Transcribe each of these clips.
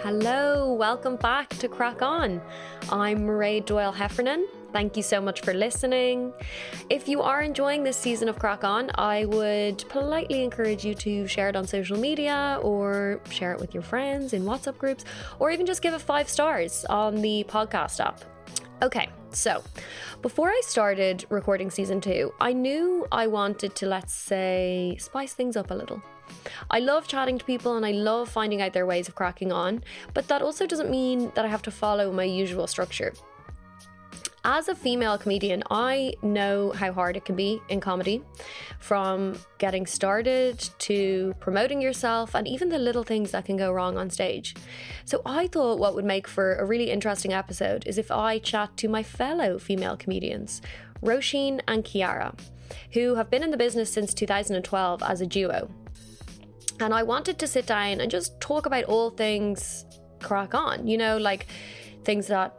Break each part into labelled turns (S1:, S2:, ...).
S1: Hello, welcome back to Crack On. I'm Mairead Doyle Heffernan. Thank you so much for listening. If you are enjoying this season of Crack On, I would politely encourage you to share it on social media or share it with your friends in WhatsApp groups or even just give it five stars on the podcast app. Okay, so before I started recording season two, I knew I wanted to, let's say, spice things up a little. I love chatting to people and I love finding out their ways of cracking on, but that also doesn't mean that I have to follow my usual structure. As a female comedian, I know how hard it can be in comedy from getting started to promoting yourself and even the little things that can go wrong on stage. So, I thought what would make for a really interesting episode is if I chat to my fellow female comedians, Roisin and Kiara, who have been in the business since 2012 as a duo. And I wanted to sit down and just talk about all things crack on, you know, like things that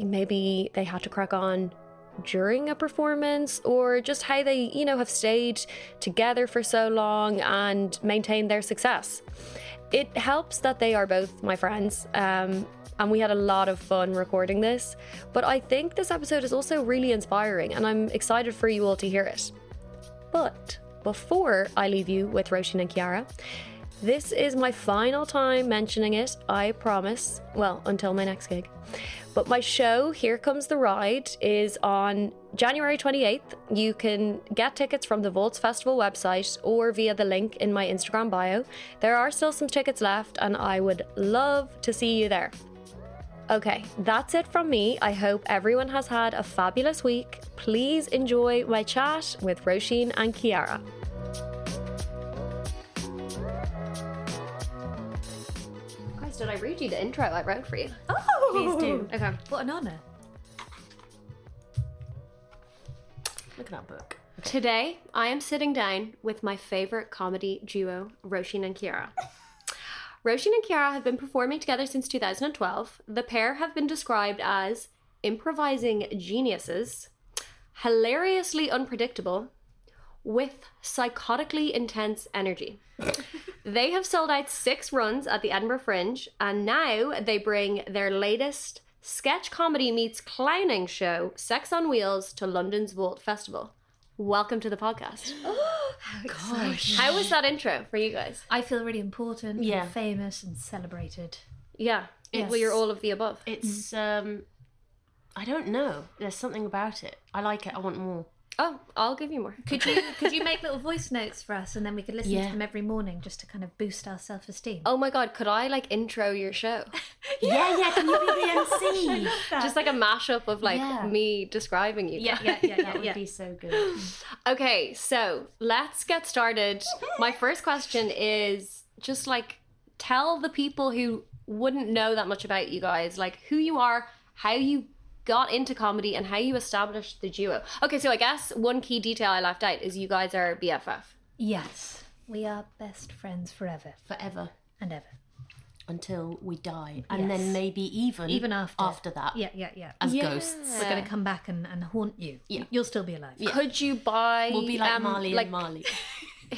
S1: maybe they had to crack on during a performance or just how they, you know, have stayed together for so long and maintained their success. It helps that they are both my friends. Um, and we had a lot of fun recording this. But I think this episode is also really inspiring, and I'm excited for you all to hear it. But before I leave you with Roshan and Kiara, this is my final time mentioning it, I promise. Well, until my next gig. But my show, Here Comes the Ride, is on January 28th. You can get tickets from the Volts Festival website or via the link in my Instagram bio. There are still some tickets left, and I would love to see you there. Okay, that's it from me. I hope everyone has had a fabulous week. Please enjoy my chat with Roisin and Kiara. Guys, did I read you the intro I wrote for you?
S2: Oh,
S3: Please do.
S1: Okay,
S2: What an honour.
S1: look at that book. Today, I am sitting down with my favourite comedy duo, Roisin and Kiara. Roisin and Kiara have been performing together since 2012. The pair have been described as improvising geniuses, hilariously unpredictable, with psychotically intense energy. they have sold out six runs at the Edinburgh Fringe, and now they bring their latest sketch comedy meets clowning show, Sex on Wheels, to London's Vault Festival. Welcome to the podcast.
S2: Oh, Gosh.
S1: How was that intro for you guys?
S2: I feel really important,
S3: Yeah.
S2: and famous, and celebrated.
S1: Yeah,
S3: Yes.
S1: well, you're all of the above.
S3: It's
S2: Mm.
S3: um I don't know. There's something about it. I like it. I want more.
S1: Oh, I'll give you more.
S2: Could you could you make little voice notes for us, and then we could listen
S3: Yeah.
S2: to them every morning just to kind of boost our self esteem?
S1: Oh my god, could I like intro your show?
S3: Yeah, yeah, can you be the MC?
S1: Just like a mashup of like
S3: Yeah.
S1: me describing you.
S2: yeah,
S1: guys.
S2: yeah, yeah,
S3: that
S2: yeah.
S3: would
S2: yeah.
S3: be so good.
S1: Okay, so let's get started. My first question is just like tell the people who wouldn't know that much about you guys, like who you are, how you got into comedy, and how you established the duo. Okay, so I guess one key detail I left out is you guys are BFF.
S2: Yes, we are best friends forever
S3: Forever.
S2: and ever.
S3: Until we die.
S2: Yes.
S3: And then maybe even
S2: Even after.
S3: after that.
S2: Yeah, yeah, yeah.
S3: As
S1: Yeah.
S3: ghosts.
S2: We're going to come back and, and haunt you.
S3: Yeah.
S2: You'll still be alive.
S1: Could you buy?
S3: We'll be like
S1: um,
S3: Marley
S1: like,
S3: and Marley.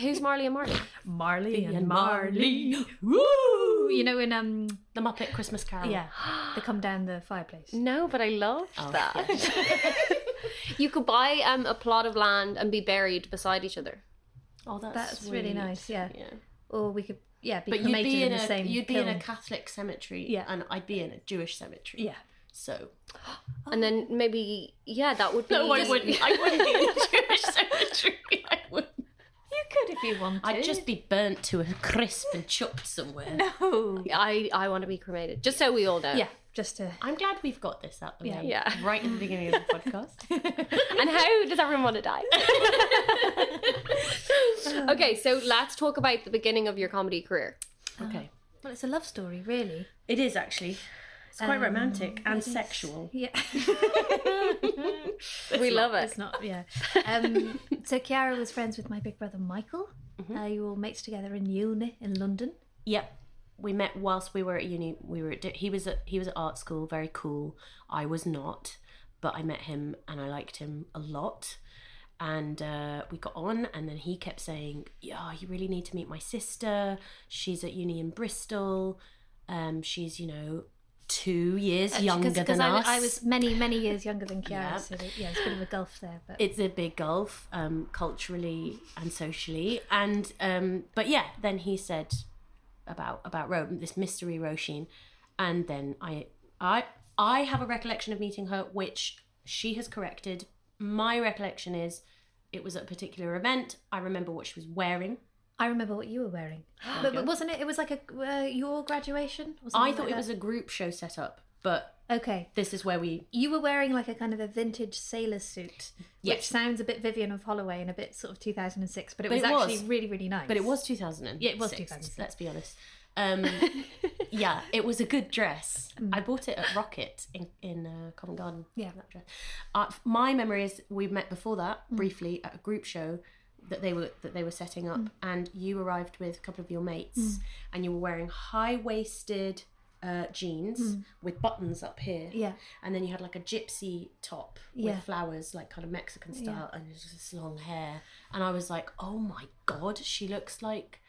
S1: Who's Marley and Marley?
S2: Marley and,
S3: and
S2: Marley.
S3: Woo!
S2: You know, in, um,
S3: The Muppet Christmas Carol.
S2: yeah, they come down the fireplace.
S1: No, but I loved
S3: Oh,
S1: that. you could buy um, a plot of land and be buried beside each other.
S3: Oh, that's
S2: That's really
S3: sweet.
S2: nice, yeah.
S3: yeah.
S2: Or we could, yeah, be
S3: But you'd
S2: cremated
S3: be in,
S2: the
S3: a
S2: same
S3: you'd be in a
S2: kiln.
S3: Catholic cemetery,
S2: Yeah.
S3: and I'd be in a Jewish cemetery.
S2: Yeah.
S3: So
S1: And then maybe, yeah, that would be.
S3: Oh. No, I wouldn't. I wouldn't be in a Jewish cemetery. I wouldn't.
S2: You could if you wanted.
S3: I'd just be burnt to a crisp and chopped somewhere.
S2: No.
S1: I, I want to be cremated, just so we all know.
S2: Yeah, just to.
S3: I'm glad we've got this out the way.
S1: Yeah. Yeah.
S3: Right at the beginning of the podcast.
S1: And how does everyone want to die? okay, so let's talk about the beginning of your comedy career.
S3: okay.
S2: Well, it's a love story, really.
S3: It is actually. It's quite
S2: Um,
S3: romantic and
S2: it is.
S3: sexual.
S2: Yeah.
S1: we love it.
S2: it's not, yeah. Um, so Kiara was friends with my big brother Michael.
S3: Mm-hmm.
S2: Uh, you were all mates together in uni in London.
S3: Yep. We met whilst we were at uni. We were at, he was at he was at art school, very cool. I was not, but I met him and I liked him a lot. And uh, we got on, and then he kept saying, "Yeah, you really need to meet my sister. She's at uni in Bristol." Um, she's you know two years
S2: Uh, 'cause-
S3: younger than
S2: I,
S3: us.
S2: I was many, many years younger than Kiara,
S3: Yeah.
S2: so that- yeah, it's a bit of a gulf there. But
S3: it's a big gulf um, culturally and socially and um, but yeah then he said about about Ro, this mystery Roshin and then I I I have a recollection of meeting her which she has corrected my recollection is it was at a particular event I remember what she was wearing
S2: I remember what you were wearing.
S3: you
S2: But, but
S3: go.
S2: wasn't it? It was like a uh, your graduation. Or
S3: Oh I
S2: something
S3: thought
S2: like
S3: it was a group show set up but
S2: that? okay.
S3: this is where we
S2: You were wearing like a kind of a vintage sailor suit, which
S3: Yes.
S2: sounds a bit Vivian of Holloway and a bit sort of 2006, but it
S3: But
S2: was
S3: it was.
S2: actually really, really nice.
S3: But it was 2000.
S2: Yeah, it was 2006.
S3: Let's be honest. Um, yeah, it was a good dress. I bought it at Rocket in in uh, Common Garden.
S2: Mm. Yeah.
S3: that dress. Uh, my memory is we met before that
S2: Mm.
S3: briefly at a group show that they were that they were setting
S2: Mm.
S3: up, and you arrived with a couple of your mates, and you were wearing high waisted uh, jeans with buttons up here.
S2: Mm. Yeah.
S3: and then you had like a gypsy top
S2: Yeah.
S3: with flowers, like kind of Mexican style, and it was this long hair. And I was like, oh my god, she looks like,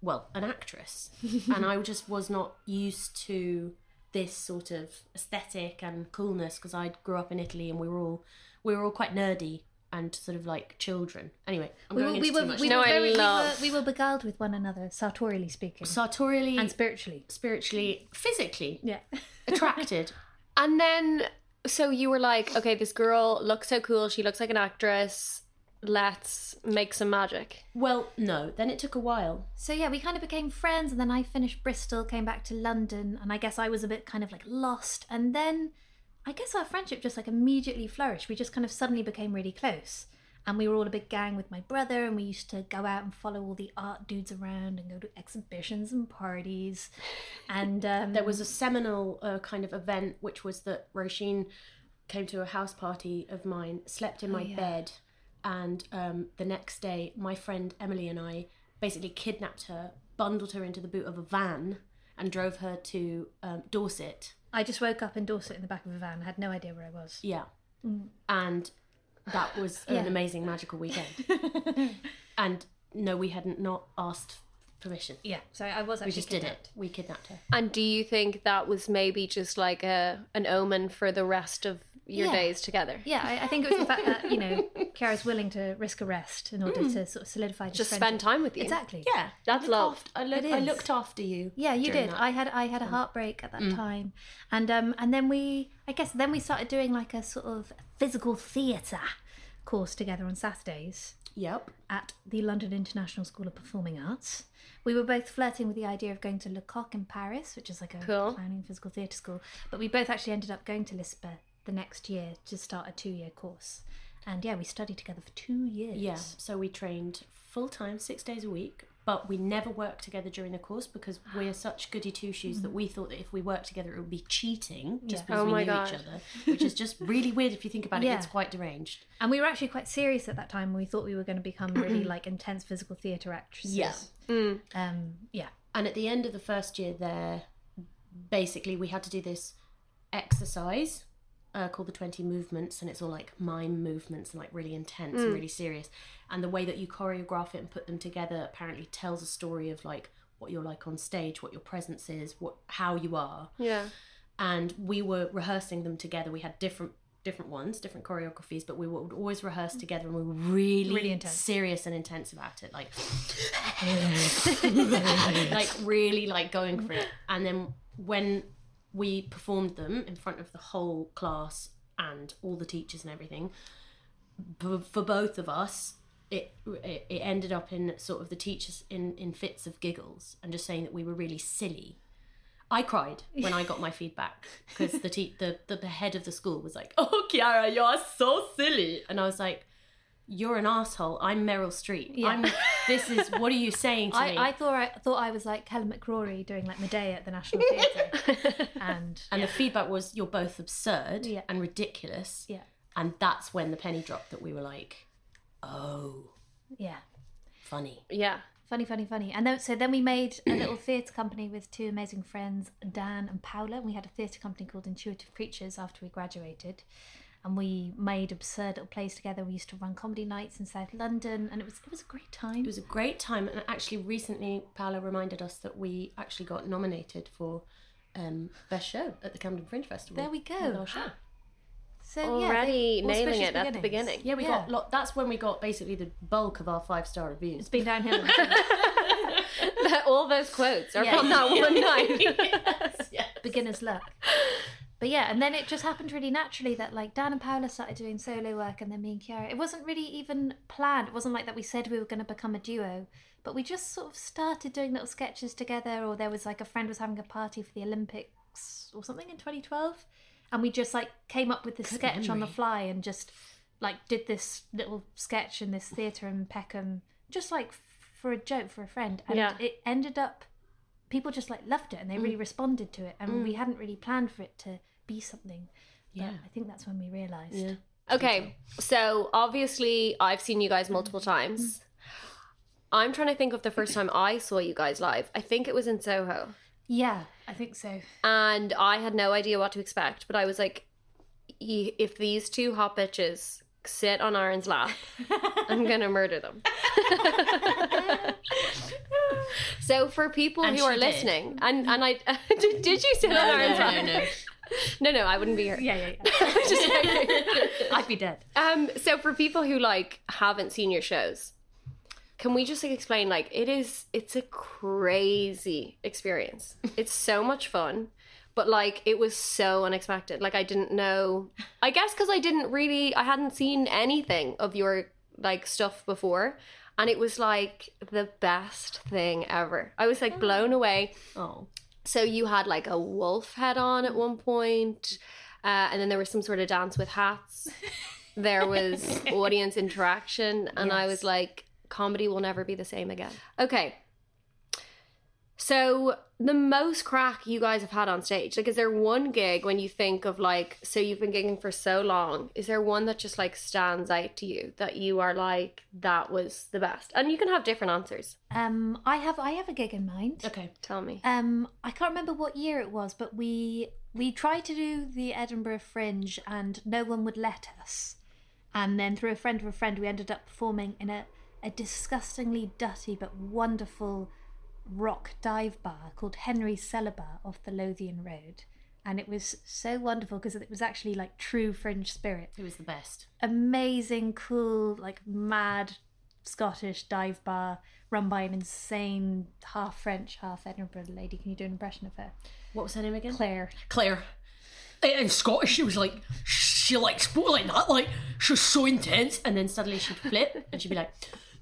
S3: well, an actress. and I just was not used to this sort of aesthetic and coolness because I grew up in Italy and we were all we were all quite nerdy and sort of like children. Anyway, I'm
S2: We were,
S3: going
S2: we
S3: into
S2: were,
S3: too much.
S2: we
S4: No,
S2: were
S4: I
S2: very,
S4: love-
S2: we were, we were beguiled with one another, sartorially speaking,
S3: sartorially
S2: and
S3: and
S2: spiritually.
S3: spiritually, physically
S2: Yeah.
S3: attracted.
S4: And then, so you were like, okay, this girl looks so cool. She looks like an actress. Let's make some magic.
S3: well, no. Then it took a while.
S2: So yeah, we kind of became friends, and then I finished Bristol, came back to London, and I guess I was a bit kind of like lost. And then I guess our friendship just like immediately flourished. We just kind of suddenly became really close, and we were all a big gang with my brother, and we used to go out and follow all the art dudes around and go to exhibitions and parties. And um,
S3: there was a seminal uh, kind of event, which was that Roisin came to a house party of mine, slept in my
S2: Oh, yeah.
S3: bed, and um, the next day, my friend Emily and I basically kidnapped her, bundled her into the boot of a van, and drove her to um, Dorset.
S2: I just woke up in Dorset in the back of a van. I had no idea where I was.
S3: Yeah. And that was
S2: Mm. Yeah.
S3: an amazing, magical weekend. and no, we hadn't not asked permission.
S2: Yeah, so I was actually.
S3: We just did
S2: kidnapped.
S3: it. We kidnapped her.
S4: And do you think that was maybe just like a an omen for the rest of your
S2: Yeah.
S4: days together?
S2: Yeah, I, I think it was the fact that you know Kara's willing to risk arrest in order
S3: Hmm.
S2: to sort of solidify. this
S4: Just
S2: friendship.
S4: spend time with you.
S2: Exactly.
S3: Yeah.
S4: That's love.
S3: I, looked,
S2: It
S3: I
S2: is.
S3: looked after you.
S2: Yeah, you
S3: during
S2: did.
S3: that. Mm.
S2: I had I had a heartbreak at that time, and um and then we I guess then we started doing like a sort of physical theatre course together on Saturdays
S3: Yep.
S2: at the London International School of Performing Arts. We were both flirting with the idea of going to Le Coq in Paris, which is like a
S4: Cool.
S2: clowning and physical theatre school, but we both actually ended up going to Lisbon the next year to start a two-year course. And yeah, we studied together for two years.
S3: Yeah, so we trained full time, six days a week, but we never worked together during the course because we're such goody two shoes that we thought that if we worked together, it would be cheating just
S2: Yeah.
S3: because
S4: Oh
S3: we
S4: my
S3: knew each
S4: God.
S3: other, which is just really weird if you think about it.
S2: Yeah.
S3: It's quite deranged.
S2: And we were actually quite serious at that time. and We thought we were going to become really like intense physical theatre actresses.
S3: Yeah.
S2: Um, yeah.
S3: And at the end of the first year there, basically we had to do this exercise uh, called the 20 movements, and it's all like mime movements and like really intense and really serious. And the way that you choreograph it and put them together apparently tells a story of like what you're like on stage, what your presence is, what how you are
S4: Yeah.
S3: and we were rehearsing them together. We had different different ones, different choreographies, but we would always rehearse together, and we were really,
S2: Really intense.
S3: serious and intense about it, like like really like going for it. And then when we performed them in front of the whole class and all the teachers and everything, b- for both of us. It, it it ended up in sort of the teachers in, in fits of giggles and just saying that we were really silly I cried when I got my feedback because the, te- the the the head of the school was like, "Oh, Kiara, you are so silly," and I was like, "You're an asshole. I'm Meryl Streep.
S2: Yeah.
S3: I'm. This is what are you saying to me?"
S2: I, I thought I thought I was like Helen McCrory doing like Medea at the National Theatre, and
S3: and the feedback was, "You're both absurd
S2: Yeah.
S3: and ridiculous."
S2: yeah,
S3: And that's when the penny dropped that we were like, "Oh,
S2: yeah,
S3: funny."
S4: Yeah.
S2: funny, funny, funny. And then so then we made a little theatre company with two amazing friends, Dan and Paula. And we had a theatre company called Intuitive Creatures after we graduated, and we made absurd little plays together. We used to run comedy nights in South London, and it was it was a great time.
S3: It was a great time, and actually, recently Paola reminded us that we actually got nominated for um, best show at the Camden Fringe Festival.
S2: there we go. Ah.
S3: with our show.
S2: So
S1: Already
S2: Uh, yeah, they-
S1: nailing
S2: auspicious
S1: it at the
S2: beginnings.
S1: beginning.
S3: Yeah, we got lot. That's when we got basically the bulk of our five star reviews.
S2: It's been downhill.
S1: All those quotes are
S2: Yeah.
S1: from that one night.
S3: yes, yes.
S2: beginner's luck. But yeah, and then it just happened really naturally that like Dan and Paola started doing solo work, and then me and Kiara. It wasn't really even planned. It wasn't like that we said we were going to become a duo, but we just sort of started doing little sketches together. Or there was like a friend was having a party for the Olympics or something in 2012, and we just like came up with this
S3: Good
S2: sketch on the
S3: memory.
S2: fly and just like did this little sketch in this theatre in Peckham, just like f- for a joke for a friend, and
S1: Yeah.
S2: it ended up people just like loved it and they really responded to it and we hadn't really planned for it to be something but
S3: Yeah.
S2: i think that's when we realized
S3: Yeah.
S1: Okay, so obviously I've seen you guys multiple times. I'm trying to think of the first time I saw you guys live. I think it was in Soho.
S2: Yeah, i think so
S1: and I had no idea what to expect. But I was like, "Ye- if these two hot bitches sit on Aaron's lap, I'm gonna murder them. so for people
S3: And
S1: who
S3: she
S1: are
S3: did. Mm-hmm.
S1: listening, and and I did, did you sit on Aaron's
S3: no,
S1: lap?
S3: no, no.
S1: no, no, I wouldn't be here.
S2: yeah yeah, yeah.
S1: Just like-
S2: i'd be dead
S1: um, so for people who like haven't seen your shows. Can we just like explain like it is it's a crazy experience. It's so much fun, but like it was so unexpected. Like I didn't know I guess cuz I didn't really I hadn't seen anything of your like stuff before and it was like the best thing ever. I was like blown away.
S3: Oh,
S1: So you had like a wolf head on at one point, uh, and then there was some sort of dance with hats. There was audience interaction, and I was
S2: Yes.
S1: like, comedy will never be the same again. Okay. So the most crack you guys have had on stage, like, is there one gig when you think of like, so you've been gigging for so long? Is there one that just like stands out to you that you are like, that was the best? And you can have different answers.
S2: um i have i have a gig in mind
S3: okay.
S1: Tell me.
S2: um i can't remember what year it was but we we tried to do the edinburgh fringe and no one would let us and then through a friend of a friend we ended up performing in a, a disgustingly dirty but wonderful rock dive bar called henry's cellar bar off the lothian road and it was so wonderful because it was actually like true fringe spirit
S3: It was the best.
S2: amazing, cool, like mad Scottish dive bar run by an insane half French, half Edinburgh lady. Can you do an impression of her?
S3: What was her name again?
S2: Claire.
S5: Claire.
S3: Eh,
S5: In in Scottish, she was like, she like spoke like that, like she was so intense.
S3: And then suddenly she'd flip and she'd be like,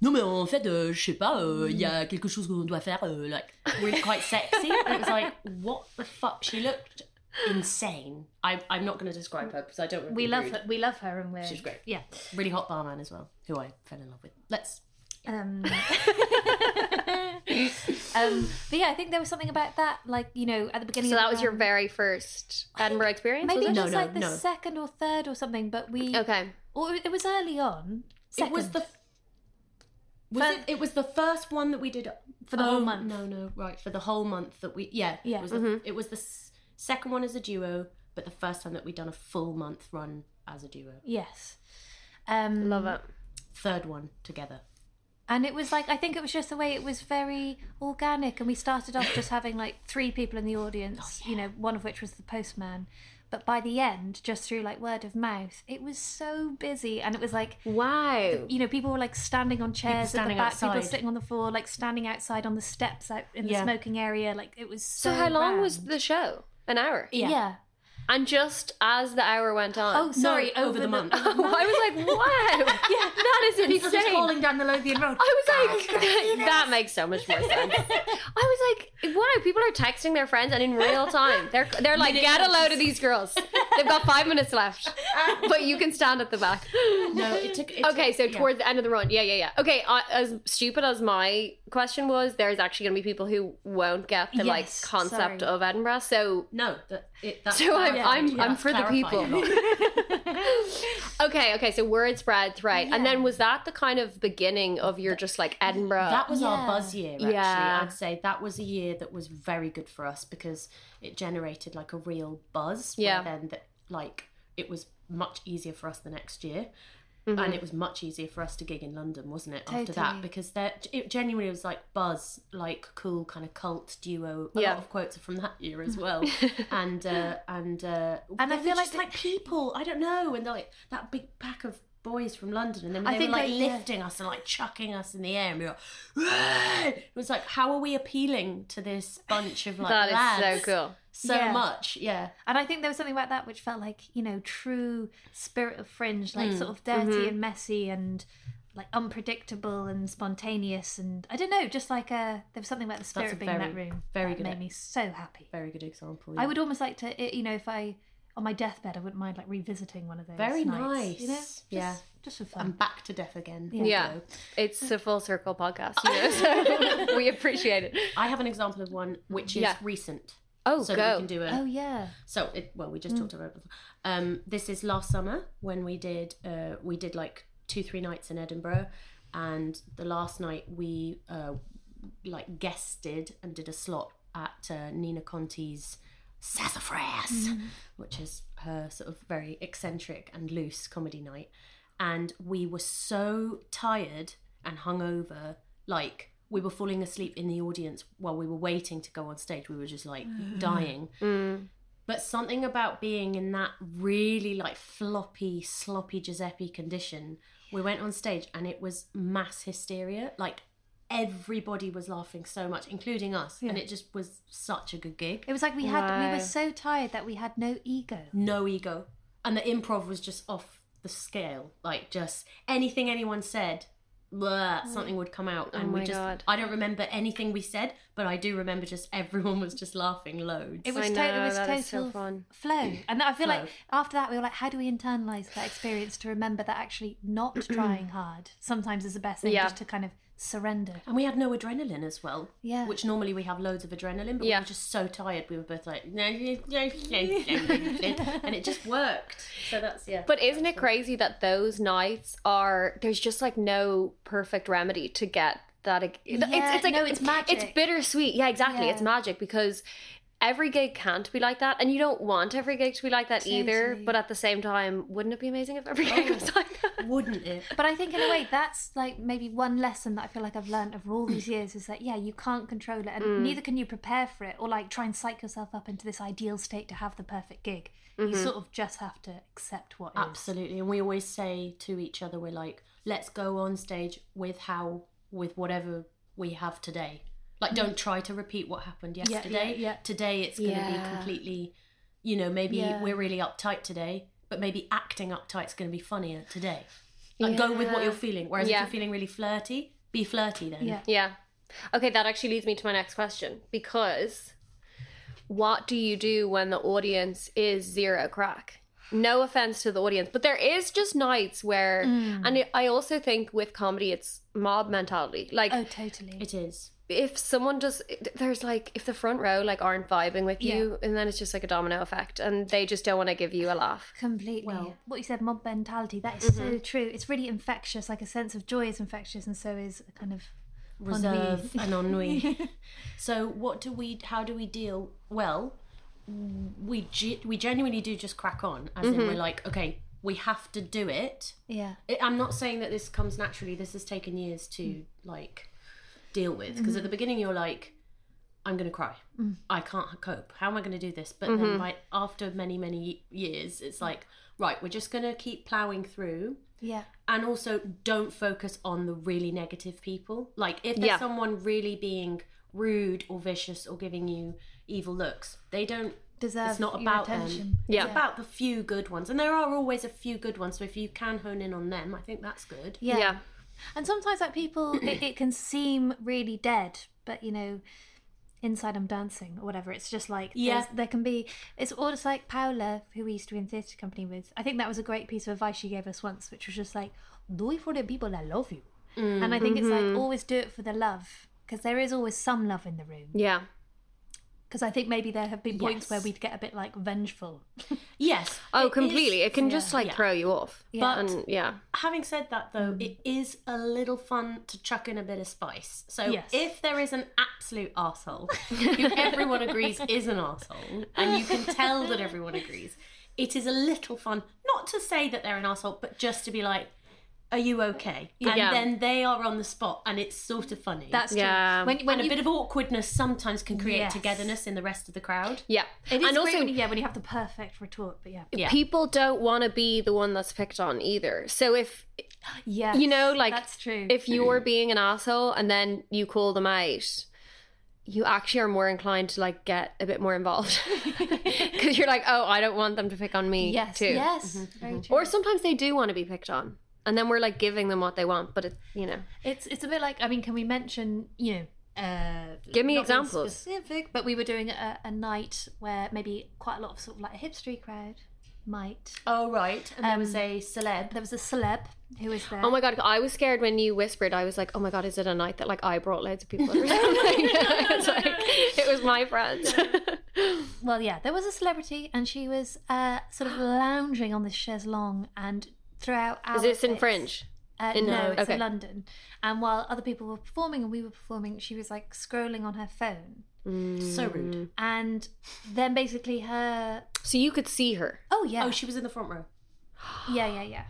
S5: Non mais en fait, euh, je sais pas, euh, il y a quelque chose qu'on doit faire, euh, like.
S3: really quite sexy. And it was like, what the fuck? She looked insane. I, I'm not going to describe her because I don't. wanna
S2: We
S3: be
S2: love
S3: rude.
S2: her. We love her, and we're
S3: She's great.
S2: Yeah.
S3: Really hot barman as well, who I fell in love with. Let's.
S2: Um, um, but yeah, I think there was something about that, like you know, at the beginning.
S1: So
S2: of
S1: that
S2: the
S1: was your
S2: run-
S1: very first Edinburgh experience? was
S2: maybe
S1: it?
S2: it
S3: No,
S2: was
S3: no,
S2: like the
S3: no.
S2: second or third or something. But we
S1: Okay.
S2: or it was early on.
S3: It was
S2: Second.
S3: the. Was
S2: Fir-
S3: it? It was the first one that we did
S2: For the whole
S3: Oh,
S2: month.
S3: No, no, right for the whole month that we. Yeah,
S2: Yeah.
S3: It was, the, it was the s- second one as a duo, but the first time that we done a full month run as a duo.
S2: yes. Um,
S1: Love it.
S3: Third one together.
S2: And it was like I think it was just the way it was very organic, and we started off just having like three people in the audience, you know, one of which was the postman. But by the end, just through like word of mouth, it was so busy, and it was like
S1: Wow.
S2: you know people were like standing on chairs at the
S3: standing
S2: back, people
S3: outside.
S2: sitting on the floor, like standing outside on the steps out in the
S3: Yeah.
S2: smoking area. Like it was so.
S1: So how long was
S2: rammed.
S1: the show? An hour.
S3: Yeah.
S2: yeah.
S1: And just as the hour went
S2: Oh,
S1: on.
S2: sorry,
S3: over the month.
S1: I was like, wow. yeah, that is
S2: People just
S1: Oh, insane.
S2: calling down the Lothian Road.
S1: I was like, that makes so much more sense. I was like, wow, people are texting their friends and in real time. They're they're like, get a load of these girls. They've got five minutes left, but you can stand at the back.
S3: No, it took. It
S1: Okay,
S3: took-
S1: so
S3: yeah.
S1: towards the end of the run, yeah, yeah, yeah. Okay, uh, as stupid as my question was, there's actually going to be people who won't get the like
S2: Yes,
S1: concept
S2: sorry.
S1: of Edinburgh. So,
S3: No, that it. That's
S1: so I'm, I'm,
S3: clarified. Oh, Yeah,
S1: I'm
S3: that's
S1: for the
S3: clarified a
S1: people.
S3: lot.
S1: okay, okay. So word spread, right? And then was that the kind of beginning of your just like Edinburgh?
S3: That was
S2: Yeah.
S3: our buzz year, actually.
S1: Yeah.
S3: I'd say that was a year that was very good for us because it generated like a real buzz. where
S1: Yeah.
S3: then, that like, it was much easier for us the next year.
S1: Mm-hmm.
S3: And it was much easier for us to gig in London, wasn't it? After that,
S2: Totally.
S3: because that it genuinely was like buzz, like cool kind of cult duo. A
S4: Yeah.
S3: lot of quotes are from that year as well, and uh, and uh,
S2: And I
S3: they were
S2: feel like
S3: just
S2: the-
S3: like people I don't know, and like that big pack of boys from London, and then
S2: I
S3: they
S2: think
S3: were like
S2: they- yeah.
S3: lifting us and like chucking us in the air, and we were like, it was like how are we appealing to this bunch of like
S4: That is so
S3: lads
S4: cool.
S3: so
S2: Yeah.
S3: much, yeah.
S2: And I think there was something about that which felt like, you know, true spirit of fringe,
S3: Mm.
S2: like sort of dirty
S3: Mm-hmm.
S2: and messy and like unpredictable and spontaneous and I don't know, just like a there was something about the
S3: a
S2: spirit being in that
S3: very-
S2: room.
S3: very
S2: that
S3: good
S2: made
S3: e-
S2: me so happy.
S3: Very good example.
S2: I
S3: yeah.
S2: would almost like to, i- you know, if I on my deathbed, I wouldn't mind like revisiting one of those.
S3: Very
S2: nights, You know,
S3: nice. Yeah.
S2: Just- just for
S3: I'm
S2: fun.
S3: back to death again.
S2: Yeah.
S4: Yeah,
S3: although.
S4: it's a full circle podcast, you know, so we appreciate it.
S3: I have an example of one which is
S4: Yeah.
S3: recent.
S4: Oh,
S3: so that we
S4: go.
S3: can do it.
S2: Oh yeah,
S3: So it, well, we just talked about it. Before. Um, this is last summer when we did uh, we did like two three nights in Edinburgh, and the last night we uh, like guested and did a slot at uh, Nina Conti's Sassafras, which is her sort of very eccentric and loose comedy night, and we were so tired and hungover, like. We were falling asleep in the audience while we were waiting to go on stage. We were just like dying
S1: Mm.
S3: but something about being in that really like floppy sloppy giuseppe condition we went on stage and it was mass hysteria like everybody was laughing so much including us and it just was such a good gig
S2: it was like we had we
S4: Wow.
S2: were so tired that we had no ego.
S3: no ego and the improv was just off the scale like just anything anyone said blah, something would come out and we
S4: Oh my
S3: just
S4: God.
S3: i don't remember anything we said but i do remember just everyone was just laughing loads
S2: It was,
S4: I
S2: to-
S4: know,
S2: it was
S4: that
S2: total
S4: is so fun.
S2: flow, and I feel like
S3: Flow.
S2: after that we were like, how do we internalize that experience to remember that actually not trying hard sometimes is the best thing,
S4: Yeah.
S2: just to kind of surrender.
S3: And we had no adrenaline as well.
S2: Yeah.
S3: Which normally we have loads of adrenaline, but we
S4: Yeah.
S3: were just so tired. We were both like, no, no, no, no, no, no," and it just worked. So that's yeah.
S4: But isn't it crazy that those nights are there's just like no perfect remedy to get that ag- it's,
S2: Yeah,
S4: it's like
S2: no,
S4: It's
S2: it's magic.
S4: bittersweet. Yeah, exactly.
S2: Yeah.
S4: It's magic because every gig can't be like that and you don't want every gig to be like that either,
S2: Totally.
S4: but at the same time, wouldn't it be amazing if every gig was like that?
S3: wouldn't it?
S2: But I think in a way that's like maybe one lesson that I feel like I've learned over all these years is that yeah, you can't control it and
S4: Mm.
S2: neither can you prepare for it or like try and psych yourself up into this ideal state to have the perfect gig. You
S4: Mm-hmm.
S2: sort of just have to accept what is.
S3: Absolutely. And we always say to each other, we're like, let's go on stage with how with whatever we have today. Like don't try to repeat what happened
S2: Mm. yeah,
S3: yesterday.
S2: yeah.
S3: Today it's gonna
S4: Yeah.
S3: be completely you know, maybe
S2: Yeah.
S3: we're really uptight today, but maybe acting uptight's gonna be funnier today. Like go with what
S4: Yeah.
S3: you're feeling. Whereas if
S4: Yeah.
S3: you're feeling really flirty, be flirty then.
S2: Yeah.
S4: Yeah. Okay, that actually leads me to my next question because what do you do when the audience is zero crack? No offense to the audience, but there is just nights where,
S2: Mm.
S4: and I- I also think with comedy, it's mob mentality. Like,
S2: Oh totally.
S3: It is.
S4: if someone just, there's like, if the front row like aren't vibing with you, and then it's just like a domino effect, and they just don't want to give you a laugh.
S2: Completely.
S3: Well-
S2: what you said, mob mentality, that is
S3: Mm-hmm.
S2: so true. It's really infectious. Like a sense of joy is infectious, and so is a kind of.
S3: Reserve and ennui. so what do we how do we deal well? We ge- we genuinely do just crack on as
S4: Mm-hmm.
S3: in we're like, okay, we have to do it.
S2: Yeah.
S3: it, I'm not saying that this comes naturally. This has taken years
S4: Mm.
S3: to like deal with because
S4: Mm-hmm.
S3: at the beginning you're like, I'm gonna cry.
S4: Mm.
S3: I can't cope. How am I gonna do this? But
S4: Mm-hmm.
S3: then by after many many years, it's like right, we're just gonna keep plowing through.
S2: Yeah.
S3: And also, don't focus on the really negative people. Like, if there's
S4: Yeah.
S3: someone really being rude or vicious or giving you evil looks, they don't
S2: Deserve
S3: it's not
S2: your
S3: about um,
S2: attention.
S3: them.
S4: Yeah.
S3: It's about the few good ones. And there are always a few good ones. So if you can hone in on them, I think that's good.
S2: Yeah.
S4: yeah.
S2: And sometimes, like people, it, it can seem really dead, but you know, inside I'm dancing or whatever. It's just like
S3: Yeah.
S2: there's- there can be. It's almost like Paola, who we used to be in theatre company with. I think that was a great piece of advice she gave us once, which was just like, do it for the people that love you. And I think it's like always do it for the love, because there is always some love in the room.
S4: Yeah.
S2: Because I think maybe there have been points
S3: Yes.
S2: where we'd get a bit like vengeful.
S3: Yes.
S4: Oh,
S3: it is-
S4: completely. it can just like
S3: Yeah.
S4: throw you off.
S2: Yeah.
S4: And yeah.
S3: having said that, though,
S2: Mm.
S3: it is a little fun to chuck in a bit of spice. So
S2: Yes.
S3: if there is an absolute arsehole who everyone agrees is an arsehole, and you can tell that everyone agrees, it is a little fun, not not to say that they're an asshole, but just to be like, "Are you okay?" And
S4: Yeah.
S3: then they are on the spot, and it's sort of funny.
S2: That's true.
S4: Yeah.
S2: When, when
S3: and
S2: you,
S3: a bit of awkwardness sometimes can create
S2: Yes.
S3: togetherness in the rest of the crowd.
S4: Yeah.
S2: it is
S4: and
S2: great
S4: also
S2: when you, yeah, when you have the perfect retort, but yeah,
S3: Yeah.
S1: People don't want to be the one that's picked on either. So if
S2: yeah,
S1: you know, like
S2: that's true.
S1: if you're being an asshole and then you call them out, you actually are more inclined to like get a bit more involved because you're like, oh, I don't want them to pick on me
S2: yes,
S1: too.
S2: yes, very true.
S1: Or sometimes they do want to be picked on, and then we're like giving them what they want, but it, you know,
S2: It's it's a bit like I mean, can we mention you know? Uh,
S1: Give me
S2: not being
S1: examples.
S2: Specific, but we were doing a, a night where maybe quite a lot of sort of like a hipstery crowd might.
S3: Oh right, and there was
S2: Um,
S3: a celeb.
S2: There was a celeb who was there.
S1: oh my god, I was scared when you whispered. I was like, oh my god, is it a night that like I brought loads of people? Or something? it was like it was my friends.
S2: Well, yeah, there was a celebrity, and she was uh, sort of lounging on this chaise longue, and throughout our
S1: is this in
S2: bits-
S1: French?
S2: Uh,
S1: In-
S2: no, it's
S1: okay.
S2: in London. And while other people were performing and we were performing, she was like scrolling on her phone,
S3: So rude.
S2: mm. and then basically her
S1: So you could see her.
S2: oh yeah
S3: Oh, she was in the front row.
S2: Yeah, yeah, yeah.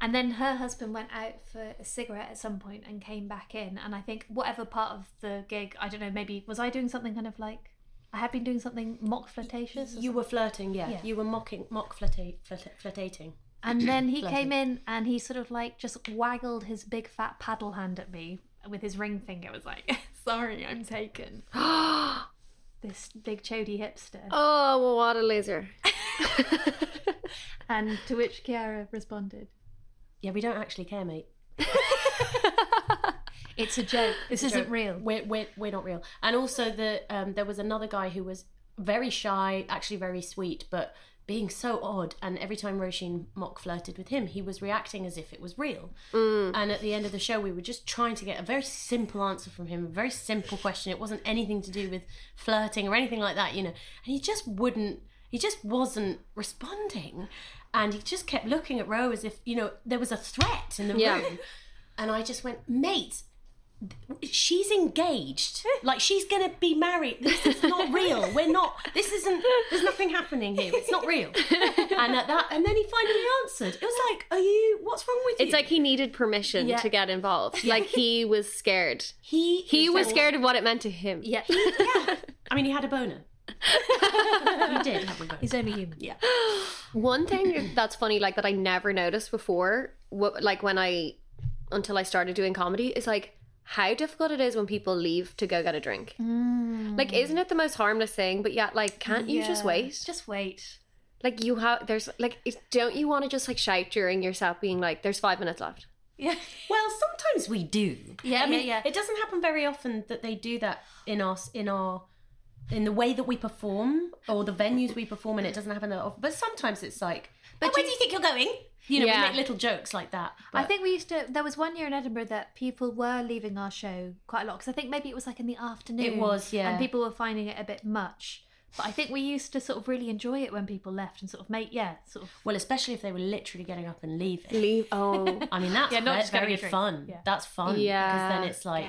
S2: And then her husband went out for a cigarette at some point and came back in. And I think whatever part of the gig, I don't know, maybe was I doing something kind of like I had been doing something mock flirtatious. Or
S3: You were flirting, yeah.
S2: Yeah.
S3: You were mocking, mock flirta- flirta- flirtating.
S2: And then he came in and he sort of like just waggled his big fat paddle hand at me with his ring finger. It was like, sorry, I'm taken. this big chody hipster.
S1: Oh, well, what a loser!
S2: And to which Kiara responded,
S3: Yeah, we don't actually care, mate.
S2: It's a joke. This isn't real.
S3: We're, we're, we're not real. And also, the um, there was another guy who was very shy, actually very sweet, but being so odd. And every time Roshin mock flirted with him, he was reacting as if it was real.
S2: Mm.
S3: And at the end of the show, we were just trying to get a very simple answer from him, a very simple question. It wasn't anything to do with flirting or anything like that, you know. And he just wouldn't, he just wasn't responding. And he just kept looking at Ro as if, you know, there was a threat in the
S1: Yeah.
S3: room. And I just went, mate, she's engaged. Like, she's going to be married. This is not real. We're not, this isn't, there's nothing happening here. It's not real. And at that, and then he finally answered. It was like, are you, what's wrong with you?
S1: It's like he needed permission to get involved. Like he was scared.
S3: he,
S1: He was
S3: scared.
S1: scared of what it meant to him.
S2: Yeah.
S3: I mean, he had a boner. he did have a boner.
S2: He's only human.
S3: Yeah.
S1: One thing that's funny, like that I never noticed before, what, like when I, until I started doing comedy, is like how difficult it is when people leave to go get a drink. Like, isn't it the most harmless thing? But yet, like, can't you just
S2: Yeah.
S1: wait?
S2: Just wait.
S1: Like, you have, there's, like, it- don't you want to just, like, shout during yourself being like, there's five minutes left?
S2: Yeah.
S3: Well, sometimes we do.
S2: Yeah,
S3: I
S2: yeah,
S3: mean,
S2: yeah.
S3: It doesn't happen very often that they do that in us in our in the way that we perform or the venues we perform in. It doesn't happen that often. But sometimes it's like, but where do you think you're going? You know,
S1: Yeah.
S3: we make little jokes like that.
S2: I
S3: but-
S2: think we used to. There was one year in Edinburgh that people were leaving our show quite a lot because I think maybe it was like in the afternoon.
S3: It was, yeah.
S2: And people were finding it a bit much. But I think we used to sort of really enjoy it when people left and sort of make, yeah, sort of.
S3: well, especially if they were literally getting up and leaving.
S1: Leave. Oh.
S3: I mean, that's
S2: Yeah, not
S3: ve-
S2: just getting
S3: very
S2: a drink.
S3: fun.
S2: Yeah.
S3: That's fun.
S1: Yeah.
S3: Because then it's like,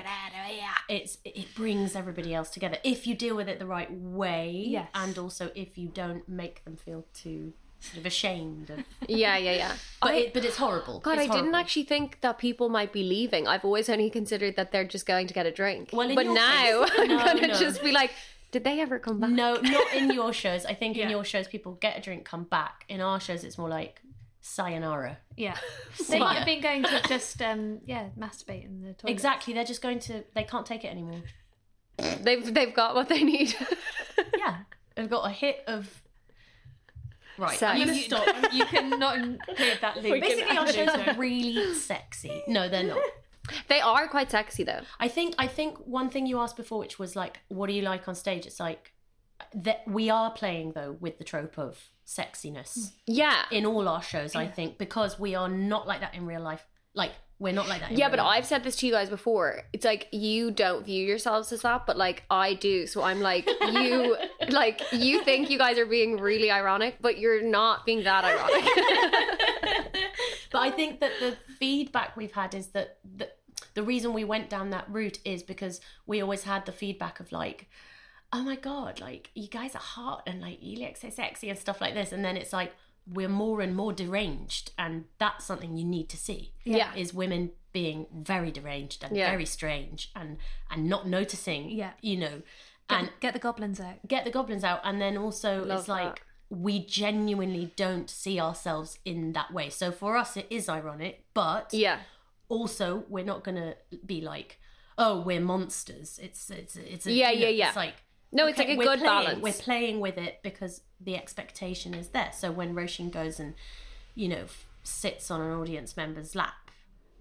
S3: it's it brings everybody else together if you deal with it the right way.
S2: Yes.
S3: And also if you don't make them feel too sort of ashamed. Of,
S1: yeah, yeah, yeah.
S3: but, it, but it's horrible.
S1: God,
S3: It's
S1: I didn't
S3: horrible.
S1: actually think that people might be leaving. I've always only considered that they're just going to get a drink.
S3: Well, in
S1: but
S3: your
S1: now
S3: case-
S1: I'm
S3: No,
S1: gonna
S3: no.
S1: just be like, did they ever come back?
S3: No, not in your shows. I think in your shows people get a drink, come back. In our shows it's more like sayonara.
S2: Yeah. they might have been going to just, um, yeah, masturbate in the toilet.
S3: Exactly. They're just going to they can't take it anymore.
S1: They've they've got what they need.
S3: Yeah. They've got a hit of Right.
S1: Sex.
S3: I'm gonna stop.
S2: You cannot include that loop.
S3: Basically our shows are really sexy. No, they're not.
S1: they are quite sexy though.
S3: I think I think one thing you asked before, which was like, what do you like on stage? It's like that we are playing though with the trope of sexiness
S1: Yeah.
S3: in all our shows. I think because we are not like that in real life. Like we're not like that. In
S1: Yeah,
S3: real
S1: but
S3: life.
S1: I've said this to you guys before. It's like you don't view yourselves as that, but like I do. So I'm like you like you think you guys are being really ironic, but you're not being that ironic.
S3: But I think that the feedback we've had is that the, the reason we went down that route is because we always had the feedback of like, oh my God, like you guys are hot and like you look so sexy and stuff like this. And then it's like, we're more and more deranged, and that's something you need to see.
S1: Yeah.
S3: is women being very deranged and
S1: Yeah.
S3: very strange and and not noticing.
S2: Yeah.
S3: you know,
S2: Get,
S3: and
S2: get the goblins out.
S3: get the goblins out and then also
S1: Love
S3: it's like we genuinely don't see ourselves in that way so for us it is ironic but
S1: Yeah.
S3: also we're not gonna be like oh we're monsters it's it's it's a,
S1: Yeah,
S3: you know,
S1: yeah, yeah.
S3: it's like
S1: No, it's
S3: okay,
S1: like a
S3: we're
S1: good
S3: playing-
S1: balance.
S3: we're playing with it because the expectation is there so when roshin goes and you know f- sits on an audience member's lap